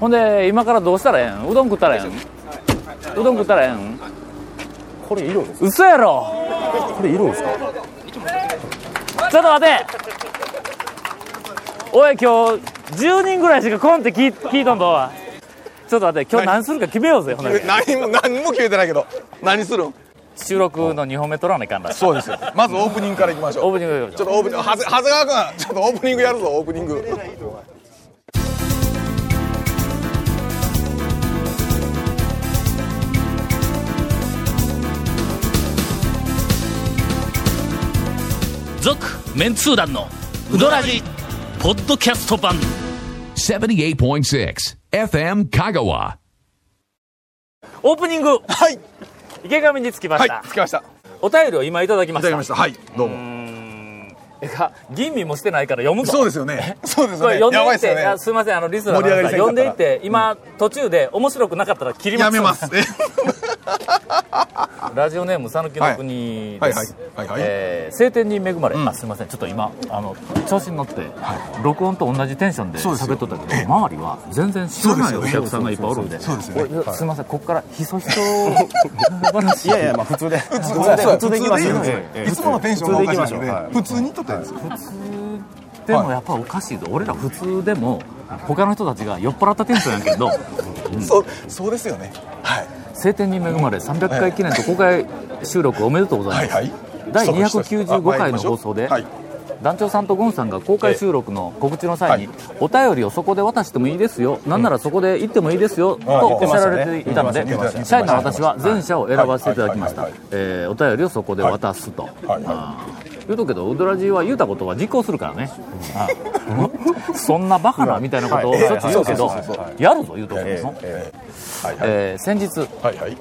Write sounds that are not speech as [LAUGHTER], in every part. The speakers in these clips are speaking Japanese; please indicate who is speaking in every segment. Speaker 1: ほんで今からどうしたらええんうどん食ったらええんうどん食ったらええん
Speaker 2: これいるんですか
Speaker 1: 嘘やろ
Speaker 2: これいるんですか
Speaker 1: ちょっと待ておい今日10人ぐらいしかコンって聞い聞いとんとはちょっと待って今日何するか決めようぜほんなら
Speaker 3: 何も何も決めてないけど何するん
Speaker 1: 収録の2本目取らないかんだ
Speaker 3: そうですよまずオープニングからいきましょ
Speaker 1: オ
Speaker 3: う
Speaker 1: ープニング
Speaker 3: ちょっとオープニング長谷川君ちょっとオープニングやるぞオープニング
Speaker 4: 続メンツー団のウドラジポッドキャスト版
Speaker 5: 78.6 FM Kagawa.
Speaker 1: オープニング
Speaker 3: はい
Speaker 1: 池上につきま
Speaker 3: は
Speaker 1: し
Speaker 3: い
Speaker 1: た、
Speaker 3: 着きましたい
Speaker 1: お便りを今いただきま
Speaker 3: た
Speaker 1: し
Speaker 3: だき
Speaker 1: た
Speaker 3: ましたはいどうも
Speaker 1: えか吟味もしてないから読むぞ
Speaker 3: そうですよねそうです
Speaker 1: こ
Speaker 3: よ
Speaker 1: れ
Speaker 3: ね
Speaker 1: 読んで
Speaker 3: やば
Speaker 1: いっ
Speaker 3: いです
Speaker 1: て
Speaker 3: よね
Speaker 1: あすいませんあのリスナーの
Speaker 3: 盛り上
Speaker 1: 皆
Speaker 3: が
Speaker 1: さん
Speaker 3: りせ
Speaker 1: 読
Speaker 3: んかったら
Speaker 1: んでいって今、途中で面白くなかったら切ります
Speaker 3: やめます
Speaker 1: ラジオネーム讃岐の国
Speaker 3: [LAUGHS] はい
Speaker 1: で
Speaker 3: はい
Speaker 1: す
Speaker 3: はいはい
Speaker 1: えー晴天に恵まれ、あすいませんちょっと今あの調子に乗って、録音と同じテンションで
Speaker 3: そうです
Speaker 1: 喋
Speaker 3: よ
Speaker 1: っとったけど周りは全然知らないお客さんがいっぱいおるんで
Speaker 3: そうですよね
Speaker 1: 俺すいませんここからひそ
Speaker 3: [LAUGHS]
Speaker 1: ひそ話
Speaker 2: いやいやまあ普通
Speaker 1: [LAUGHS]
Speaker 2: で普
Speaker 3: そうそう
Speaker 2: 通でいきましょう
Speaker 3: 普通でいいよいつものテンションがおかしいので
Speaker 2: はい
Speaker 3: 普通に撮ってるんですよ
Speaker 1: でもやっぱおかしいぞ俺ら普通でも他の人たちが酔っ払ったテンションやけど
Speaker 3: そうそうですよねはい
Speaker 1: 晴天に恵まれ300回記念と公開収録おめでとうござ
Speaker 3: はいい
Speaker 1: ます、
Speaker 3: はい
Speaker 1: 第
Speaker 3: あ
Speaker 1: 295回の放送で、
Speaker 3: はい
Speaker 1: 団長さんとゴンさんが公開収録の告知の際に、お便りをそこで渡してもいいですよ、なんならそこで行ってもいいですよ、とおっしゃられていたので、
Speaker 3: 言ってましたね
Speaker 1: 社員の私は全社を選ばせていただきました、
Speaker 3: はいはい
Speaker 1: えーお便りをそこで渡すと。
Speaker 3: はいはい
Speaker 1: あー言うとくけどウドラジは言うたことは実行するからね、あーそんなバカなみたいなことをしょっちゅう言うけど
Speaker 3: はいはいはい
Speaker 1: やるぞ言うとくけど、
Speaker 3: えーはいはい
Speaker 1: えー先日
Speaker 3: はいはい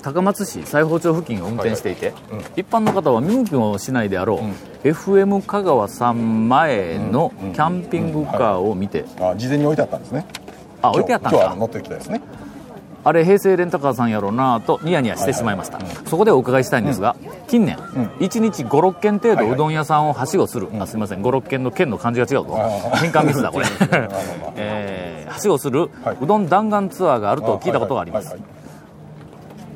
Speaker 1: 高松市西宝町付近を運転していて、一般の方は見向きもしないであろう、FM 香川さん前のキャンピングカーを見て、
Speaker 3: あ事前に置いてあったんですね
Speaker 1: あ置いてあったん
Speaker 3: 今日は乗
Speaker 1: か
Speaker 3: ってきたですね
Speaker 1: あれ平成レンタカーさんやろうなとニヤニヤしてしまいました、そこでお伺いしたいんですが、近年、1日56軒程
Speaker 3: はい
Speaker 1: 度
Speaker 3: はいう
Speaker 1: どん屋さんをはしごする、あすみません56軒の軒の漢字が違うぞ変換ミスだ
Speaker 3: [LAUGHS]
Speaker 1: これえーはしごする
Speaker 3: はいう
Speaker 1: どん弾丸ツアーがあると聞いたことがあります
Speaker 3: はいはい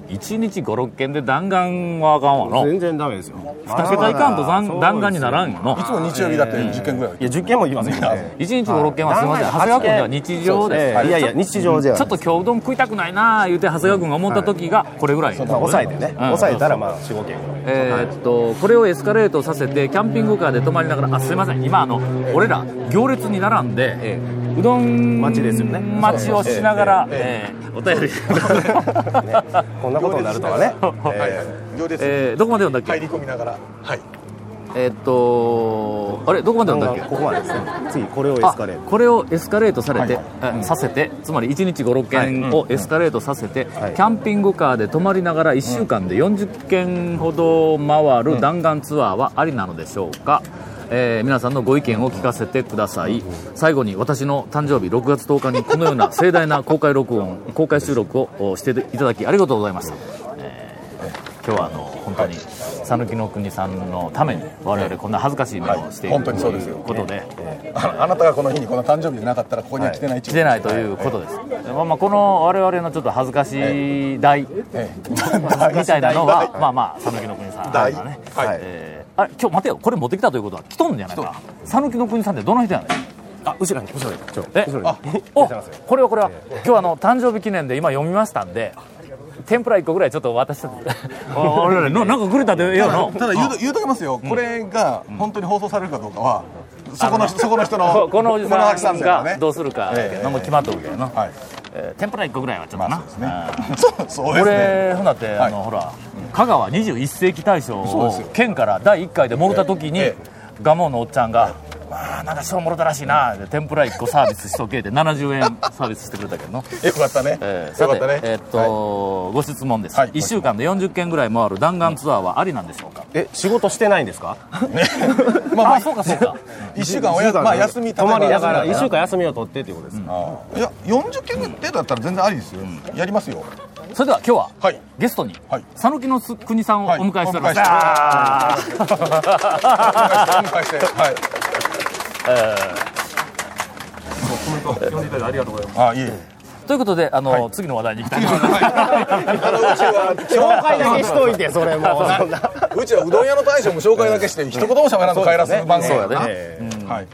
Speaker 1: 1日56軒で弾丸はあかんわの
Speaker 2: 全然ダメですよ
Speaker 1: 2桁いかんと残弾丸にならんよの
Speaker 3: いつも日曜日だって10件ぐらい
Speaker 2: いや10件もいきますよね
Speaker 1: 1日56軒はすみません長谷川君では日常です、
Speaker 2: ええいやいや日常じゃ
Speaker 1: ちょっと今日うどん食いたくないなあ言うて長谷川君が思った時がこれぐらい、
Speaker 2: まあ抑えてね
Speaker 1: ん
Speaker 2: 抑えたらまあ45件
Speaker 1: えーっとこれをエスカレートさせてキャンピングカーで泊まりながらあすいません今あの俺ら行列に並んで、うどん
Speaker 2: 待ちですよね
Speaker 1: 待ちをしながら、ええ
Speaker 2: [LAUGHS]
Speaker 1: お便り、
Speaker 2: こんなことになるとはね
Speaker 3: はい行列
Speaker 1: えーどこまで読んだっけ、
Speaker 3: 入り込みながらはい
Speaker 1: えーっとあれどこまで読んだっけ
Speaker 2: ここまでですね次これをエ
Speaker 1: あ
Speaker 2: スカレート
Speaker 1: これをエスカレートされて、
Speaker 3: はい
Speaker 1: えさせてつまり1日56件をエスカレートさせて、
Speaker 2: い
Speaker 1: キャンピングカーで泊まりながら1週間で40件ほど回る弾丸ツアーはありなのでしょうか、えー皆さんのご意見を聞かせてください最後に私の誕生日6月10日にこのような盛大な公開録音公開収録をおしていただきありがとうございました、えー今日はあの本当に讃岐の国さんのために我々こんな恥ずかしい目をしてい
Speaker 3: は
Speaker 1: ると
Speaker 3: い本当にそうです
Speaker 1: い
Speaker 3: よ
Speaker 1: うことで、
Speaker 3: ああなたがこの日にこの誕生日でなかったらここには来てない
Speaker 1: 来てないということです、まあ、まあこの我々のちょっと恥ずかしい代
Speaker 3: ええ
Speaker 1: みたいなのはまあまあ讃岐の国さん
Speaker 3: 大
Speaker 1: がね、
Speaker 3: はい
Speaker 1: えーあれ今日待てよこれ持ってきたということは来とんじゃないか讃岐の国さんってどの人やねん
Speaker 2: あ後ろに後ろにちょ
Speaker 1: え
Speaker 2: 後ろに
Speaker 1: おこれはこれは今日あの誕生日記念で今読みましたんで天ぷら1個ぐらいちょっと渡してお俺らのなんかくれたでええよの
Speaker 3: ただ言うと言うときますよ、これが本当に放送されるかどうかは、そこの人そこの人の
Speaker 1: ここのおじ
Speaker 3: この
Speaker 1: さ
Speaker 3: 秋さ
Speaker 1: ん
Speaker 3: んだから
Speaker 1: が
Speaker 3: ね
Speaker 1: どうするかやけどもう決まっとるけどな、
Speaker 3: はい
Speaker 1: えー天ぷら1個ぐらいはちょっとな、
Speaker 3: まあそうですね
Speaker 1: うん
Speaker 3: [LAUGHS] そうそうで
Speaker 1: こ
Speaker 3: すね
Speaker 1: れほなって、あの
Speaker 3: はい
Speaker 1: ほら香川21世紀大賞
Speaker 3: そうです
Speaker 1: を
Speaker 3: よ
Speaker 1: 県から第1回でもろた時に
Speaker 3: え
Speaker 1: 蒲生のおっちゃんが「まあなんか賞もろたらしいな」で天ぷら1個サービスしとけって70円サービスしてくれたけ
Speaker 3: [LAUGHS]
Speaker 1: どな
Speaker 3: よかったね、
Speaker 1: えー
Speaker 3: よ
Speaker 1: さ
Speaker 3: か
Speaker 1: て
Speaker 3: ったね、
Speaker 1: えーっと、
Speaker 3: はい
Speaker 1: ご質問です、
Speaker 3: はい
Speaker 1: 1週間で40件ぐらい回る弾丸ツアーはありなんでしょうか、
Speaker 2: え仕事してないんですか
Speaker 3: [LAUGHS] まあま
Speaker 1: あ
Speaker 3: あ
Speaker 1: そうかそうか
Speaker 3: 一週間おやまあ休み
Speaker 2: 泊まりだから1
Speaker 3: 一
Speaker 2: 週間休みを取ってっていうことです
Speaker 3: いや40件程度だったら全然ありですよ、やりますよ
Speaker 1: [LAUGHS] それでは今日は、
Speaker 3: はい
Speaker 1: ゲストに
Speaker 3: はい
Speaker 1: 讃岐、のす国さんをお
Speaker 3: はい
Speaker 1: 迎えしております、
Speaker 3: お迎えして
Speaker 1: あ
Speaker 3: お
Speaker 1: ー
Speaker 3: [LAUGHS]
Speaker 1: [LAUGHS]
Speaker 3: 願いしてお願いしてはいメント読んでいただいてありがとうございます。あ、いえいえ。
Speaker 1: ということであの、次の話題に行きたいと思います
Speaker 3: あのうちは
Speaker 2: 紹
Speaker 3: [LAUGHS]
Speaker 2: 介だけしといてそれも
Speaker 3: うちはうどん屋の大将も紹介だけして一言も喋らんと帰らす番組
Speaker 1: そうやね
Speaker 2: ええ
Speaker 3: はい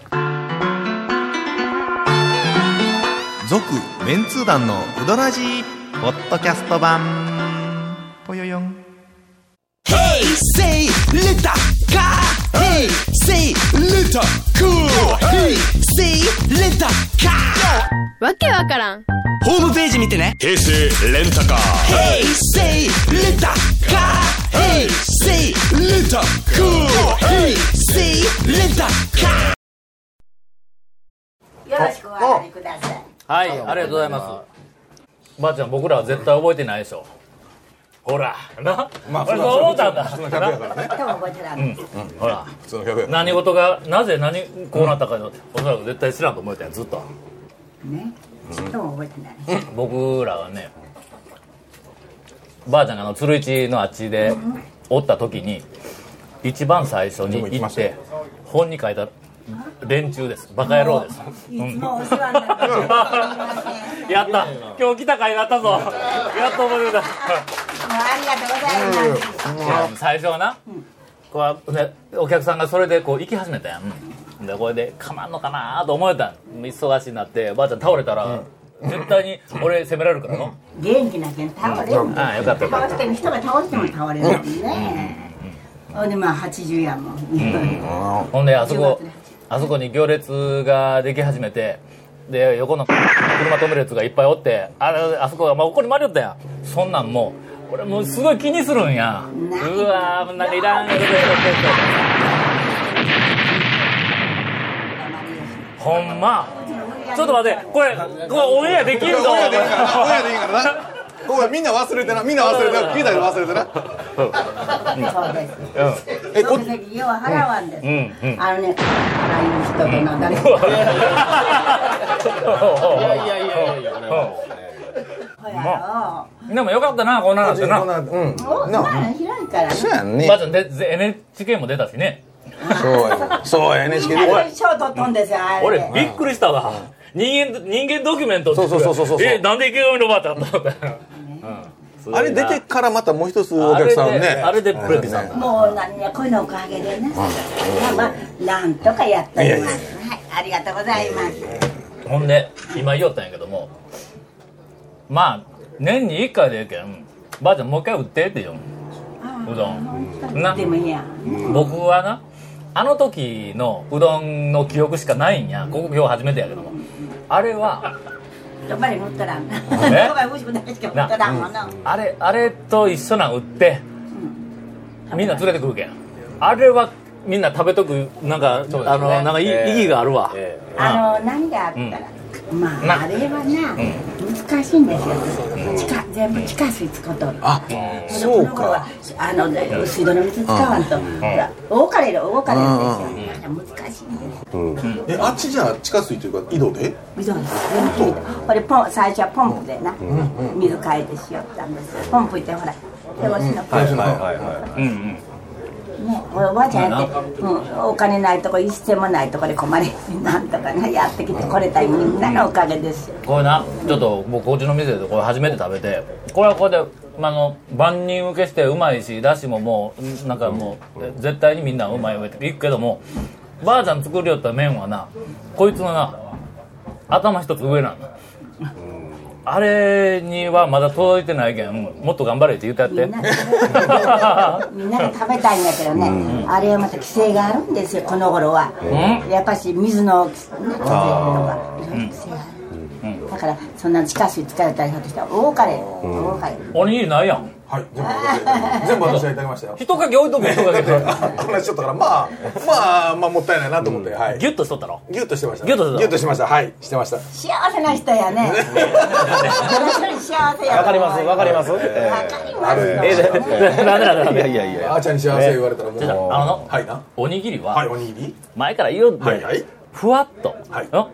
Speaker 6: 続メンツー団のウドラジーポッドキャスト版ぽよよん
Speaker 7: わけわからん
Speaker 8: よろしくお上がりください。
Speaker 1: はいありがとうございますばあちゃん僕らは絶対覚えてないでしょほらな、まあ、俺そう思ったんだ
Speaker 3: 普通の客やから
Speaker 1: [LAUGHS]
Speaker 3: ね
Speaker 8: 多分覚えてない。
Speaker 1: ほら
Speaker 3: 普通の客やから
Speaker 1: 何事がなぜ何こうなったかの、おそらく絶対知らんと思えたよずっと
Speaker 8: ね。ちっとも覚えてない。
Speaker 1: 僕らはねばあちゃんがあの鶴市のあっちでおった時に一番最初に行って本に書いた連中ですバカ野郎です
Speaker 8: いつもお世話になってま
Speaker 1: [LAUGHS]
Speaker 8: す。
Speaker 1: やった今日来た甲斐があったぞやっと覚えてた
Speaker 8: もうありがとうございます。
Speaker 1: いや最初はな、こうね、お客さんがそれでこう行き始めたやんでこれでかまんのかなと思えたん忙しになってばあちゃん倒れたら、絶対に俺責められるからの、
Speaker 8: 元気なけん倒れん。
Speaker 1: ああよかったよか
Speaker 8: 倒しても人が倒しても倒れるんね。ほんでまあ80やもん。
Speaker 1: ほんであそこ
Speaker 8: 10月ね
Speaker 1: あそこに行列ができ始めてで横の車止めるやつがいっぱいおってあれあそこが、まあ、ここに回りよったやんそんなんもう俺もうすごい気にするんやうわーなんかいらんやつやほんまちょっと待って、これ、これオンエアできるぞ。
Speaker 3: 親でいいからな親でいいからなおいみんな忘れてなみんな忘れてな聞いた忘れてな
Speaker 8: そうです。え、こ要は払わんです。あのね、ああいう人とな誰か。
Speaker 1: いやいやいやいや。
Speaker 8: ほや
Speaker 1: でもよかったな、こんな話な。ば
Speaker 3: うん
Speaker 8: ろ。お、な開いから。
Speaker 3: そうやんね
Speaker 1: あちゃん、で、で NHK も出たしね。
Speaker 3: そうやそうや NHK で
Speaker 8: 賞取っとんですよ。あ
Speaker 1: 俺
Speaker 8: れ、。
Speaker 1: びっくりしたわ。人間、人間ドキュメントって言ってた
Speaker 3: そうそうそうそうそう
Speaker 1: え、なんで池上のばあちゃんだったうん
Speaker 3: あれ出てからまたもう一つお客さんね
Speaker 1: あれであれでプレビさん
Speaker 8: もう何やこのおかげでね。まあまあなんとかやっております。はい、ありがとうございます。
Speaker 1: ほんで、今言おったんやけども、まあ、年に1回でええけん、ばあちゃんもう一回売ってって言うん。うどん。な
Speaker 8: でもいいやん。
Speaker 1: 僕はなあの時のうどんの記憶しかないんやここ今日初めてやけどもあれは
Speaker 8: やっぱり持ったらんな。やっ
Speaker 1: え
Speaker 8: [LAUGHS] ぱり美味しくないしか持ったらんもんな。
Speaker 1: あれあれと一緒なん売ってみんな連れてくるけんあれはみんな食べとくなんか、あのなんかいい、意義があるわ、
Speaker 8: あの何があったら。ま
Speaker 1: な
Speaker 8: あ、あれはな、難しいんですよ、地下全部地下水使っとるあそうかあの水道の水使わんと、ほら多かれる多かれるんですよ、難しいんで
Speaker 3: え
Speaker 8: す
Speaker 3: あっちじゃあ地下水というか井戸で
Speaker 8: 水なんですよこれポン最初はポンプでな、水変えてしよったんですポンプいってほら手押しのポンプ、ねこれおばあちゃんやって、うん、お金ないとこ一銭もないとこで困りなんとかなやってきてこれたみんなのおかげですよ
Speaker 1: これなちょっと僕こっちの店でこれ初めて食べてこれはこれで、まあ、あの万人受けしてうまいしだしももうんなんかもうえ絶対にみんなうまいわっていくけどもばあちゃん作りよった麺はなこいつのな頭一つ上なんだあれにはまだ届いてないけんもっと頑張れって言ってやっ
Speaker 8: み
Speaker 1: て
Speaker 8: んなみんなが食べたいんだけどね、あれはまた規制があるんですよこの頃は、やっぱし水の規制とかいろいろ規制がある、だからそんな地下水使えたりひょっとしたら多かれ多かれ、
Speaker 1: [LAUGHS] おにぎりないやん
Speaker 3: はい全部私全部私がいただきましたよ
Speaker 1: 一かけ置いとけ一かけ
Speaker 3: 話しちゃったからまあまあまあもったいないなと思ってはい
Speaker 1: [LAUGHS] ギュッとしとったろ
Speaker 3: ギュッとしてました
Speaker 1: ギュッとしてた
Speaker 3: ギュッとしましたはいしてました
Speaker 8: 幸せな人や [LAUGHS] ね。私より幸せや。
Speaker 2: わかりますわかります
Speaker 8: わかりますよ。
Speaker 1: [LAUGHS] ダメだダメだ
Speaker 6: いやいやいや
Speaker 3: あーちゃんに幸せ言われたらもう
Speaker 1: じゃああの
Speaker 3: はいな
Speaker 1: おにぎり
Speaker 3: はい
Speaker 1: は
Speaker 3: おにぎり
Speaker 1: 前から言おうっ
Speaker 3: はいは
Speaker 1: て
Speaker 3: い
Speaker 1: ふわっと、
Speaker 3: はい
Speaker 1: ん
Speaker 3: は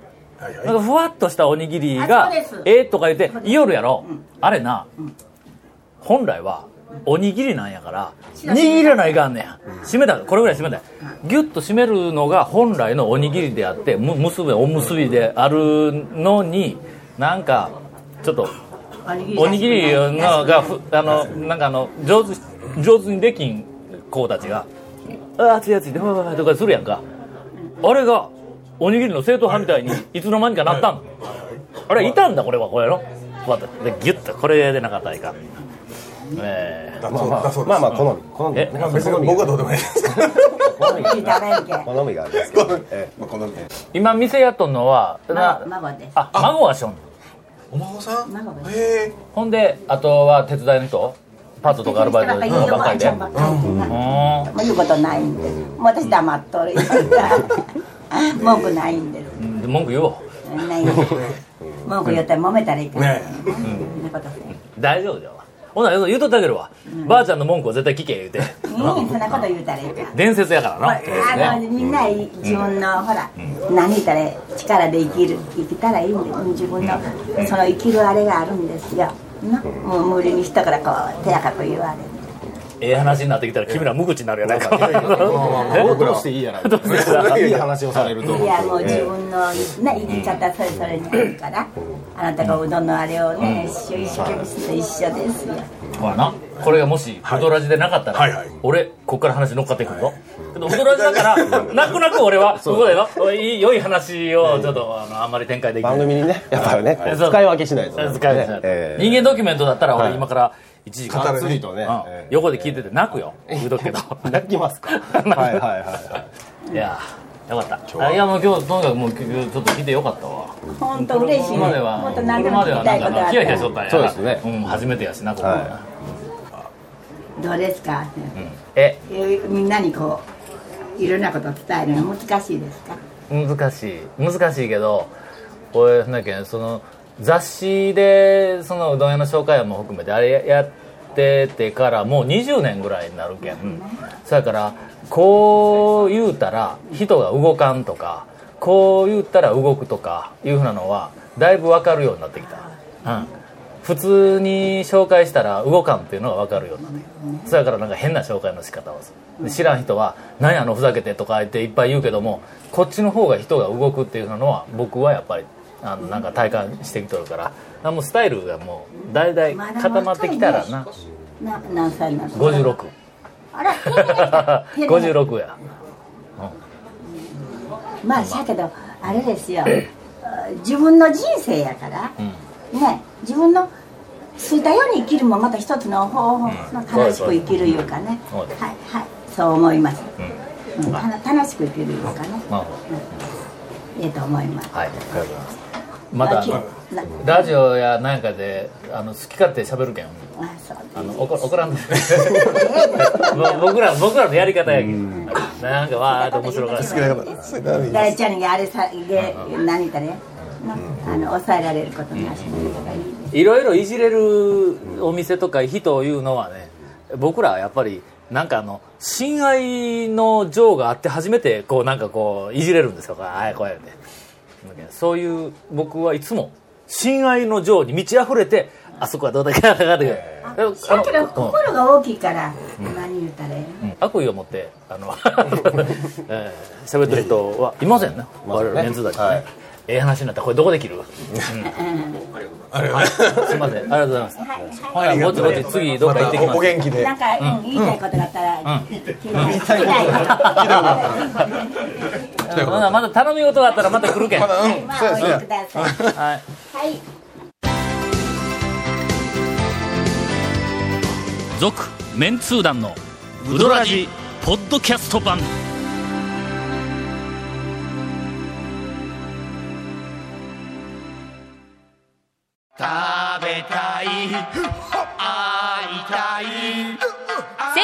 Speaker 3: い
Speaker 1: なん
Speaker 3: は
Speaker 1: かふわっとしたおにぎりが
Speaker 8: あそうです
Speaker 1: ええとか言って言いよるやろあれな本来はおにぎりなんやから握らないかんねや締めたこれぐらい締めたギュッと締めるのが本来のおにぎりであってむ結びおむすびであるのになんかちょっとおにぎりのがふあのなんかあの上手上手にできん子たちが「あ熱い熱い」でほいほいとかするやんかあれがおにぎりの正統派みたいにいつの間にかなったんあれいたんだこれはこれのこうやってでギュッとこれでなかったらいかんえ
Speaker 3: だ
Speaker 9: まあ
Speaker 3: そうだそうです
Speaker 9: まあまあ好み好み
Speaker 1: え
Speaker 9: ね
Speaker 3: まあ別に僕はどうでもいいですけど
Speaker 8: おにぎり食べんけん
Speaker 9: 好みがありますけどねえ
Speaker 3: まあこのね
Speaker 1: ー今店やっとんのはな
Speaker 8: 孫孫です
Speaker 1: あ孫はしょん
Speaker 3: お孫さん
Speaker 8: 孫がい
Speaker 3: へえ
Speaker 1: ほんであとは手伝いの人パートとかアルバイト
Speaker 8: いい
Speaker 1: ばっかりで
Speaker 8: ばっかりでな
Speaker 1: う
Speaker 8: も
Speaker 1: ーん
Speaker 8: う言うことないんでもう私黙っとる文句ないんです
Speaker 1: で文句言おう
Speaker 8: ない文句言ったら揉めたらいけない
Speaker 3: ね
Speaker 8: そんなことせん
Speaker 1: 大丈夫だよほな言うとったけるわ、ばあちゃんの文句を絶対聞け言うて
Speaker 8: うんそんなこと言うたらいいか
Speaker 1: 伝説やからな、
Speaker 8: あのみんな自分の、ほら何言ったら力で生きる生きたらいいんです自分のその生きるあれがあるんですよなもう無理に人からこう手高く言われて
Speaker 1: ええ話になってきたら君ら無口になるやないか
Speaker 9: 僕らしていいやないかいい話をされると
Speaker 8: いやもう自分のね生き方それぞれにあるからあなたがうどんのあれをね一緒一生懸命すると一緒ですよ
Speaker 1: ほらなこれがもしウドラジでなかったら、
Speaker 3: はいはい
Speaker 1: 俺こっから話乗っかってくるよ、けどウドラジだ
Speaker 9: [LAUGHS]
Speaker 1: から泣く泣く俺はここでのいい良い話をちょっとあのあんまり展開できない
Speaker 9: 番組にねやっぱりねこう
Speaker 1: そう
Speaker 9: 使い分けしないとね
Speaker 1: 使い道ない
Speaker 9: ええ
Speaker 1: 人間ドキュメントだったら
Speaker 9: は
Speaker 1: 俺
Speaker 9: い
Speaker 1: 今から1時間
Speaker 9: 語るね
Speaker 1: うん
Speaker 9: ええ
Speaker 1: 横で聞いてて泣くよ言うとくけど
Speaker 9: [LAUGHS] 泣
Speaker 1: [LAUGHS]
Speaker 9: きますかはいはいはい
Speaker 1: やよかったあいやもう今日とにかくもう今日ちょっと聞いてよかったわ
Speaker 8: 本当嬉しい
Speaker 1: ここまでは
Speaker 8: もっ
Speaker 1: ことれ
Speaker 8: 何でも
Speaker 1: まで
Speaker 8: 聞
Speaker 1: は
Speaker 8: きた
Speaker 1: ないん
Speaker 8: こ
Speaker 1: か
Speaker 8: とあ
Speaker 1: な
Speaker 8: っ
Speaker 1: ヒヤヒヤしと
Speaker 8: た
Speaker 1: ったんや
Speaker 9: そうですね
Speaker 1: うん、初めてやしなここ
Speaker 9: は
Speaker 8: どうですか
Speaker 1: え
Speaker 8: えみんなにこういろんなことを伝えるの難しいですか
Speaker 1: 難しい難しいけど俺なんだっけその雑誌でそのうどん屋の紹介も含めてあれやっててからもう20年ぐらいになるけん、そやからこう言うたら人が動かんとかこう言ったら動くとかいうふうなのはだいぶ分かるようになってきた、うん、普通に紹介したら動かんっていうのが分かるようになってきたそやからなんか変な紹介の仕方をするで知らん人は「何やあのふざけて」とか言っていっぱい言うけどもこっちの方が人が動くっていうのは僕はやっぱりあのなんか体感してきとるからあもうスタイルがもうだいだい固まってきたらな
Speaker 8: な何歳なんですか
Speaker 1: [LAUGHS] 56
Speaker 8: あら
Speaker 1: 56や
Speaker 8: まあしゃけどあれですよ自分の人生やから、ね自分の好いたように生きるもまた一つの方法、まあ楽しく生きるいうかね、
Speaker 1: そうです
Speaker 8: はいはいそう思います、うんたの楽しく生きるいうかね、
Speaker 1: なるほ
Speaker 8: いいと思います
Speaker 1: どはいありがとうございますまたあの
Speaker 8: な
Speaker 1: ラジオやなんかであの好き勝手喋るけん
Speaker 8: あそう
Speaker 1: あの怒怒らんで [LAUGHS] ぼ僕ら僕らのやり方やけんなんかわーっと面白かった
Speaker 8: 誰ちゃんにあれさげ何かね、あの抑えられることなし、
Speaker 1: いろいろいじれるお店とか人をいうのはね僕らはやっぱりなんかあの親愛の情があって初めてこうなんかこういじれるんですよああこうやってそういう僕はいつも親愛の情に満ち溢れてあそこはどうだかあだか
Speaker 8: だけど心が大きいから、何言ったらええ
Speaker 1: 悪意を持ってあ [LAUGHS] のえー喋ってる人はいませんね我々メンツだしね、ええ話になったこれどこで切る、うん、すいませんありがとうございますほらぼちぼち次どっか行ってきます
Speaker 3: お
Speaker 1: [LAUGHS]
Speaker 3: 元気で
Speaker 8: なんか、うん言いたいことがあったら、聞きたい。聞きたいこと。
Speaker 1: まだまだ頼み事があったらまた来るけん、
Speaker 3: まだうん
Speaker 8: ま
Speaker 3: そう
Speaker 8: あ、
Speaker 3: で
Speaker 8: お
Speaker 3: す
Speaker 8: 寄せ
Speaker 3: ね
Speaker 8: ください。
Speaker 1: はい、
Speaker 8: はい。
Speaker 4: 続メンツー団のウドラジポッドキャスト版
Speaker 10: 先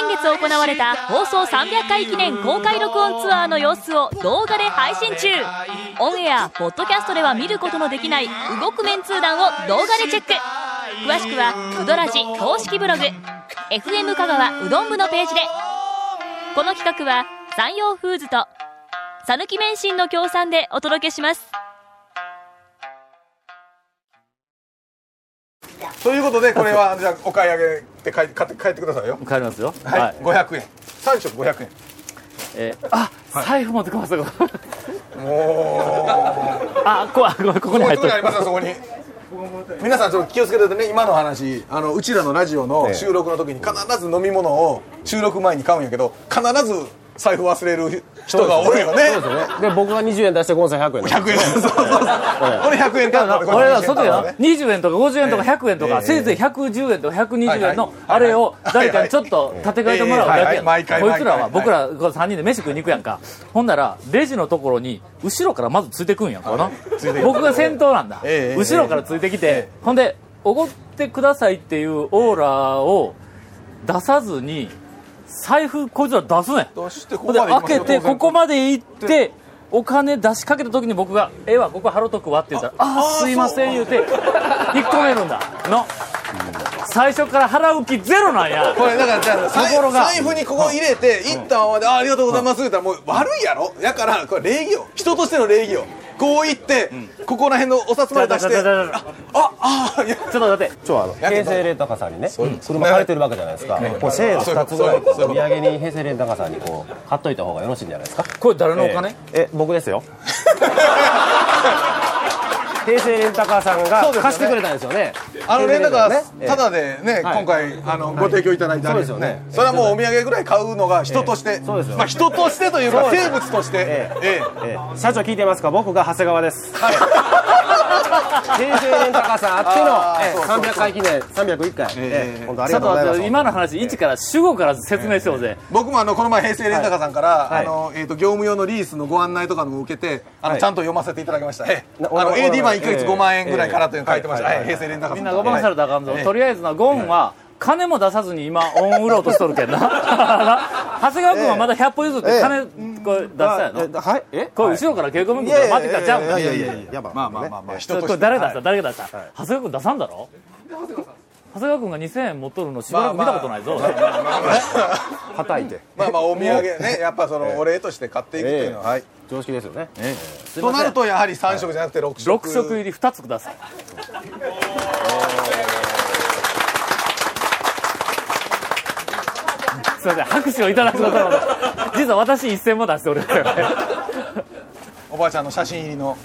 Speaker 10: 月行われた放送300回記念公開録音ツアーの様子を動画で配信中オンエアポッドキャストでは見ることのできない動くメンツー団を動画でチェック詳しくは「うどらじ」公式ブログ FM 香川うどん部のページでこの企画は山陽フーズと讃岐免震の協賛でお届けします
Speaker 3: ということでこれはじゃあお買い上げって帰って帰ってくださいよ
Speaker 1: 帰りますよ
Speaker 3: はい、500円3食500円
Speaker 1: えーあ財布持ってこましたか
Speaker 3: も
Speaker 1: [LAUGHS]
Speaker 3: う
Speaker 1: あこわごめんここに入っ
Speaker 3: そ
Speaker 1: と
Speaker 3: こ
Speaker 1: る
Speaker 3: にありますよそこに皆さんちょっと気をつけてね今の話あのうちらのラジオの収録の時に必ず飲み物を収録前に買うんやけど必ず財布忘れる人がおるよね
Speaker 9: で僕が20円出してゴンさん100円 [LAUGHS]
Speaker 3: 100円そうそうそう俺100円買うからこれ
Speaker 1: 俺ら
Speaker 3: 20
Speaker 1: 外
Speaker 3: 円買うから
Speaker 1: や
Speaker 3: ね
Speaker 1: 20円とか50円とか100円と
Speaker 3: え
Speaker 1: か
Speaker 3: え
Speaker 1: せいぜい110円とか120円の
Speaker 3: はいはい
Speaker 1: あれを誰か
Speaker 3: はいは
Speaker 1: に
Speaker 3: い
Speaker 1: ちょっと立て替えてもらうだけや
Speaker 3: ええはいはい毎回
Speaker 1: こいつらは
Speaker 3: 毎回
Speaker 1: 僕らこの3人で飯食いに行くやんかほんならレジのところに後ろからまずついてくんやんこの
Speaker 3: ついてくる
Speaker 1: 僕が先頭なんだ
Speaker 3: ええええ
Speaker 1: 後ろからついてきてほんでおごってくださいっていうオーラを出さずに財布こいつら出すねん
Speaker 3: そして
Speaker 1: ほ
Speaker 3: ここ
Speaker 1: んで
Speaker 3: まで行きま
Speaker 1: 開け
Speaker 3: すよ
Speaker 1: てここまで行ってお金出しかけた時に僕が「ええわここハロとくわ」って言ったら「ああーすいません」言うて引っ込めるんだの最初から払う気ゼロなんや
Speaker 3: これだからじゃあ財
Speaker 1: 心が
Speaker 3: 財布にここ入れて行ったままで「あありがとうございます」言ったらもう悪いやろだからこれ礼儀よ人としての礼儀よこう行ってここら辺のお札まで出して
Speaker 1: ちょちょちょちょ
Speaker 3: あああいや
Speaker 1: ちょっと待って
Speaker 9: ちょあの
Speaker 3: やけ
Speaker 9: 平
Speaker 3: ど
Speaker 9: 成レンタカーさんにね車借りてるわけじゃないですかこう1000円2つぐらいこうお土産に平成レンタカーさんにこう買っといた方がよろしいんじゃないですか
Speaker 1: これ誰のお金、
Speaker 9: えええ僕です [LAUGHS] よ平成レンタカーさん
Speaker 3: そう
Speaker 9: が
Speaker 3: ですよね
Speaker 9: 貸してくれたんですよね
Speaker 3: あの連絡は
Speaker 9: ええ
Speaker 3: ただでね
Speaker 9: はい
Speaker 3: 今回あのご提供いただいたんですよねそれはもうお土産ぐらい買うのが人として
Speaker 9: そうですよ
Speaker 3: まあ人としてというか
Speaker 9: そうです
Speaker 3: 生物として
Speaker 9: ええ
Speaker 3: ええ
Speaker 9: ええ社長聞いてますか僕が長谷川です [LAUGHS] 平成レンタカーさんあ
Speaker 3: あー
Speaker 9: って
Speaker 3: そう
Speaker 9: の
Speaker 3: そうそう
Speaker 9: ええ300回記念301回ええ本当あり
Speaker 1: ちょっと
Speaker 9: がとうございま
Speaker 1: 待っ
Speaker 9: す
Speaker 1: て今の話一から主語から説明しようぜ、
Speaker 3: 僕もあのこの前平成レンタカーさんから、
Speaker 9: は
Speaker 3: あ
Speaker 9: い
Speaker 3: のえー、と業務用のリースのご案内とかのも受けてあの、
Speaker 9: はい
Speaker 3: ちゃんと読ませていただきました、ええ
Speaker 9: な
Speaker 3: あの
Speaker 9: お名前
Speaker 3: AD 版1か月
Speaker 9: ええ
Speaker 3: 5万円ぐらいからというの書いてました、
Speaker 9: ええ
Speaker 3: はい平成レンタカーさ
Speaker 1: み
Speaker 3: ん
Speaker 1: んな5番されたらあかんぞ、
Speaker 3: ええ
Speaker 1: とりあえずなゴンは金も出さずに今オン売ろうとしとるけんな長谷川君はまだ100歩譲って金これ出したやろ、
Speaker 9: あえはいえ
Speaker 1: これ後ろから稽古文句から待ってたんちゃうの
Speaker 9: いやいやいややば
Speaker 3: まあまあまあまあ人と
Speaker 1: こ
Speaker 3: し
Speaker 1: れ
Speaker 3: て
Speaker 1: 誰が出した、誰が出した、長谷川君出さんだろ長谷川君が2000円持っとるのしばらく見たことないぞ、
Speaker 9: はたいて
Speaker 3: まあまあお土産ねやっぱそのお礼として買っていくというのは、はい
Speaker 9: 常識ですよね
Speaker 3: となるとやはり3色じゃなくて6色
Speaker 1: 6色入り2つくださいすいません拍手をいただくことも実は私1000も出しておりますよね
Speaker 3: おばあちゃんの写真入りの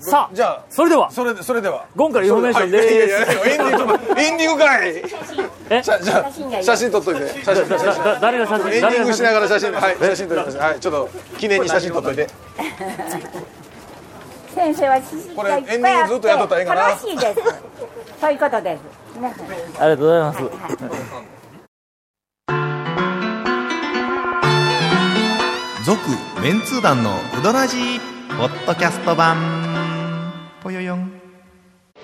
Speaker 1: さあ
Speaker 3: じゃあ
Speaker 1: それでは
Speaker 3: それでそれでは
Speaker 1: ゴンからインフォメーション
Speaker 3: はいいやい
Speaker 1: で
Speaker 3: やいやエンディングエンディングかい
Speaker 1: え
Speaker 3: じゃあじゃあ写真撮っといて写真写
Speaker 1: すだ
Speaker 3: 真
Speaker 1: だ誰が写
Speaker 3: エ
Speaker 1: 真
Speaker 3: ンデ
Speaker 1: 誰
Speaker 3: ィン
Speaker 1: が写
Speaker 3: グし
Speaker 1: 真
Speaker 3: ながら写真はい写真撮りましたはいちょっと記念に写真撮っといて
Speaker 8: 先生は知識
Speaker 3: これエンディングずっとやっとったらええんかな
Speaker 8: 楽しい
Speaker 3: [LAUGHS]
Speaker 8: ですそういうことですね
Speaker 1: ありがとうございます
Speaker 6: 続メンツー団のウドラジポッドキャスト版ぽよよん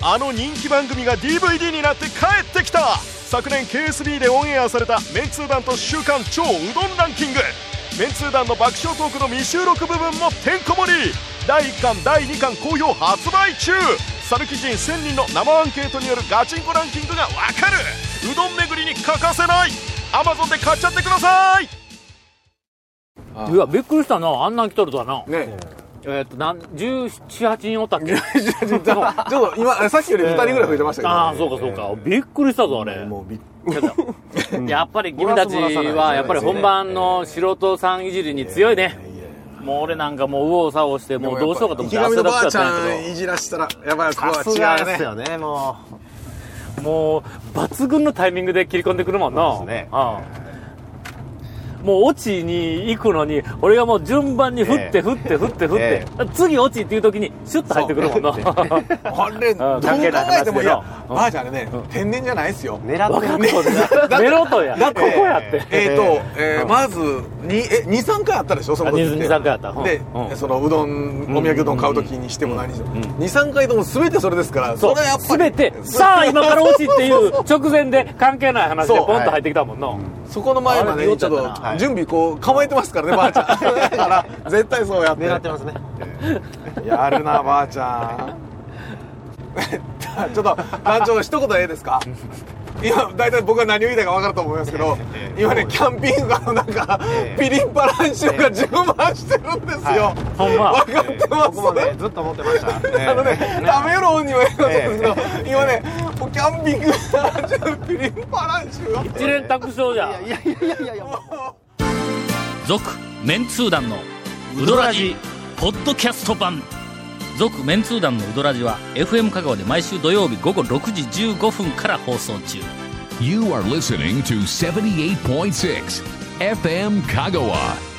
Speaker 11: あの人気番組が DVD になって帰ってきた昨年 KSB でオンエアされた「メンツー団と週刊超うどんランキング」メンツー団の爆笑トークの未収録部分もてんこ盛り第1巻第2巻好評発売中サルキ人1000人の生アンケートによるガチンコランキングがわかるうどん巡りに欠かせない Amazon で買っちゃってください
Speaker 1: いやびっくりしたなあんなん来とるとはな
Speaker 3: ね
Speaker 1: えっと1718人おったっけ
Speaker 3: ちょっと今さっきより2人ぐらい増えてましたけど
Speaker 1: ああそうかそうか、びっくりしたぞあれ
Speaker 3: もうびっ
Speaker 1: けどやっぱり君たちはやっぱり本番の素人さんいじりに強いねもう俺なんかもう右往左往してもうどうしようかと思って
Speaker 3: 池上
Speaker 1: 汗
Speaker 3: の
Speaker 1: だく
Speaker 3: ば
Speaker 1: だ
Speaker 3: あ
Speaker 1: っ
Speaker 3: ちゃ
Speaker 1: たんや
Speaker 3: んいじらしたらやばいここ
Speaker 1: けどさ
Speaker 3: は違
Speaker 1: すが
Speaker 3: う
Speaker 1: です
Speaker 3: ね
Speaker 1: よねもうもう抜群のタイミングで切り込んでくるもんな
Speaker 9: そうですね
Speaker 1: うんもうオチに行くのに俺がもう順番に振って
Speaker 9: ええ
Speaker 1: 振って振って振って
Speaker 9: え、
Speaker 1: 次オチっていう時にシュッと入ってくるもんな
Speaker 3: あれどう考えてもいやばあちゃんあれね天然じゃないですよ
Speaker 9: 狙ってる
Speaker 1: 分かっ [LAUGHS] とるメロトやここやって
Speaker 3: えーとえーまずにえ23回あったでしょその時って
Speaker 1: あに23回あったうん
Speaker 3: で
Speaker 1: うん
Speaker 3: そのうどんお土産うどん買う時にしても何にしても23回とも全てそれですから
Speaker 1: そ
Speaker 3: そうれはやっぱり
Speaker 1: 全てさあ今から落ちっていう直前で関係ない話で
Speaker 3: そう
Speaker 1: ポンと入ってきたもんな、
Speaker 3: [LAUGHS] そこの前までにちょっと準備こう構えてますからねば
Speaker 1: [LAUGHS]
Speaker 3: あちゃんだから絶対そうやって
Speaker 9: 狙ってますね
Speaker 3: やるなばあちゃん [LAUGHS] ちょっと団長一言ええで
Speaker 1: [LAUGHS]
Speaker 3: すか今大体僕は何を言いたいか分かると思いますけど今ねキャンピングカーの中ピリンパランシュが充満してるんですよ
Speaker 1: ほんま
Speaker 3: 分かってます
Speaker 9: 僕もねずっと思ってました
Speaker 3: あのね、食べる方にもええことですけど、今ね、もうキャンピングカー中ピリンパランシュ
Speaker 1: 一連卓上じゃん
Speaker 3: いやいやいやいや
Speaker 4: 続メンツー団のウドラジポッドキャスト版続メンツー団のウドラジは FM 香川で毎週土曜日午後6時15分から放送中
Speaker 5: You are listening to 78.6 FM Kagawa.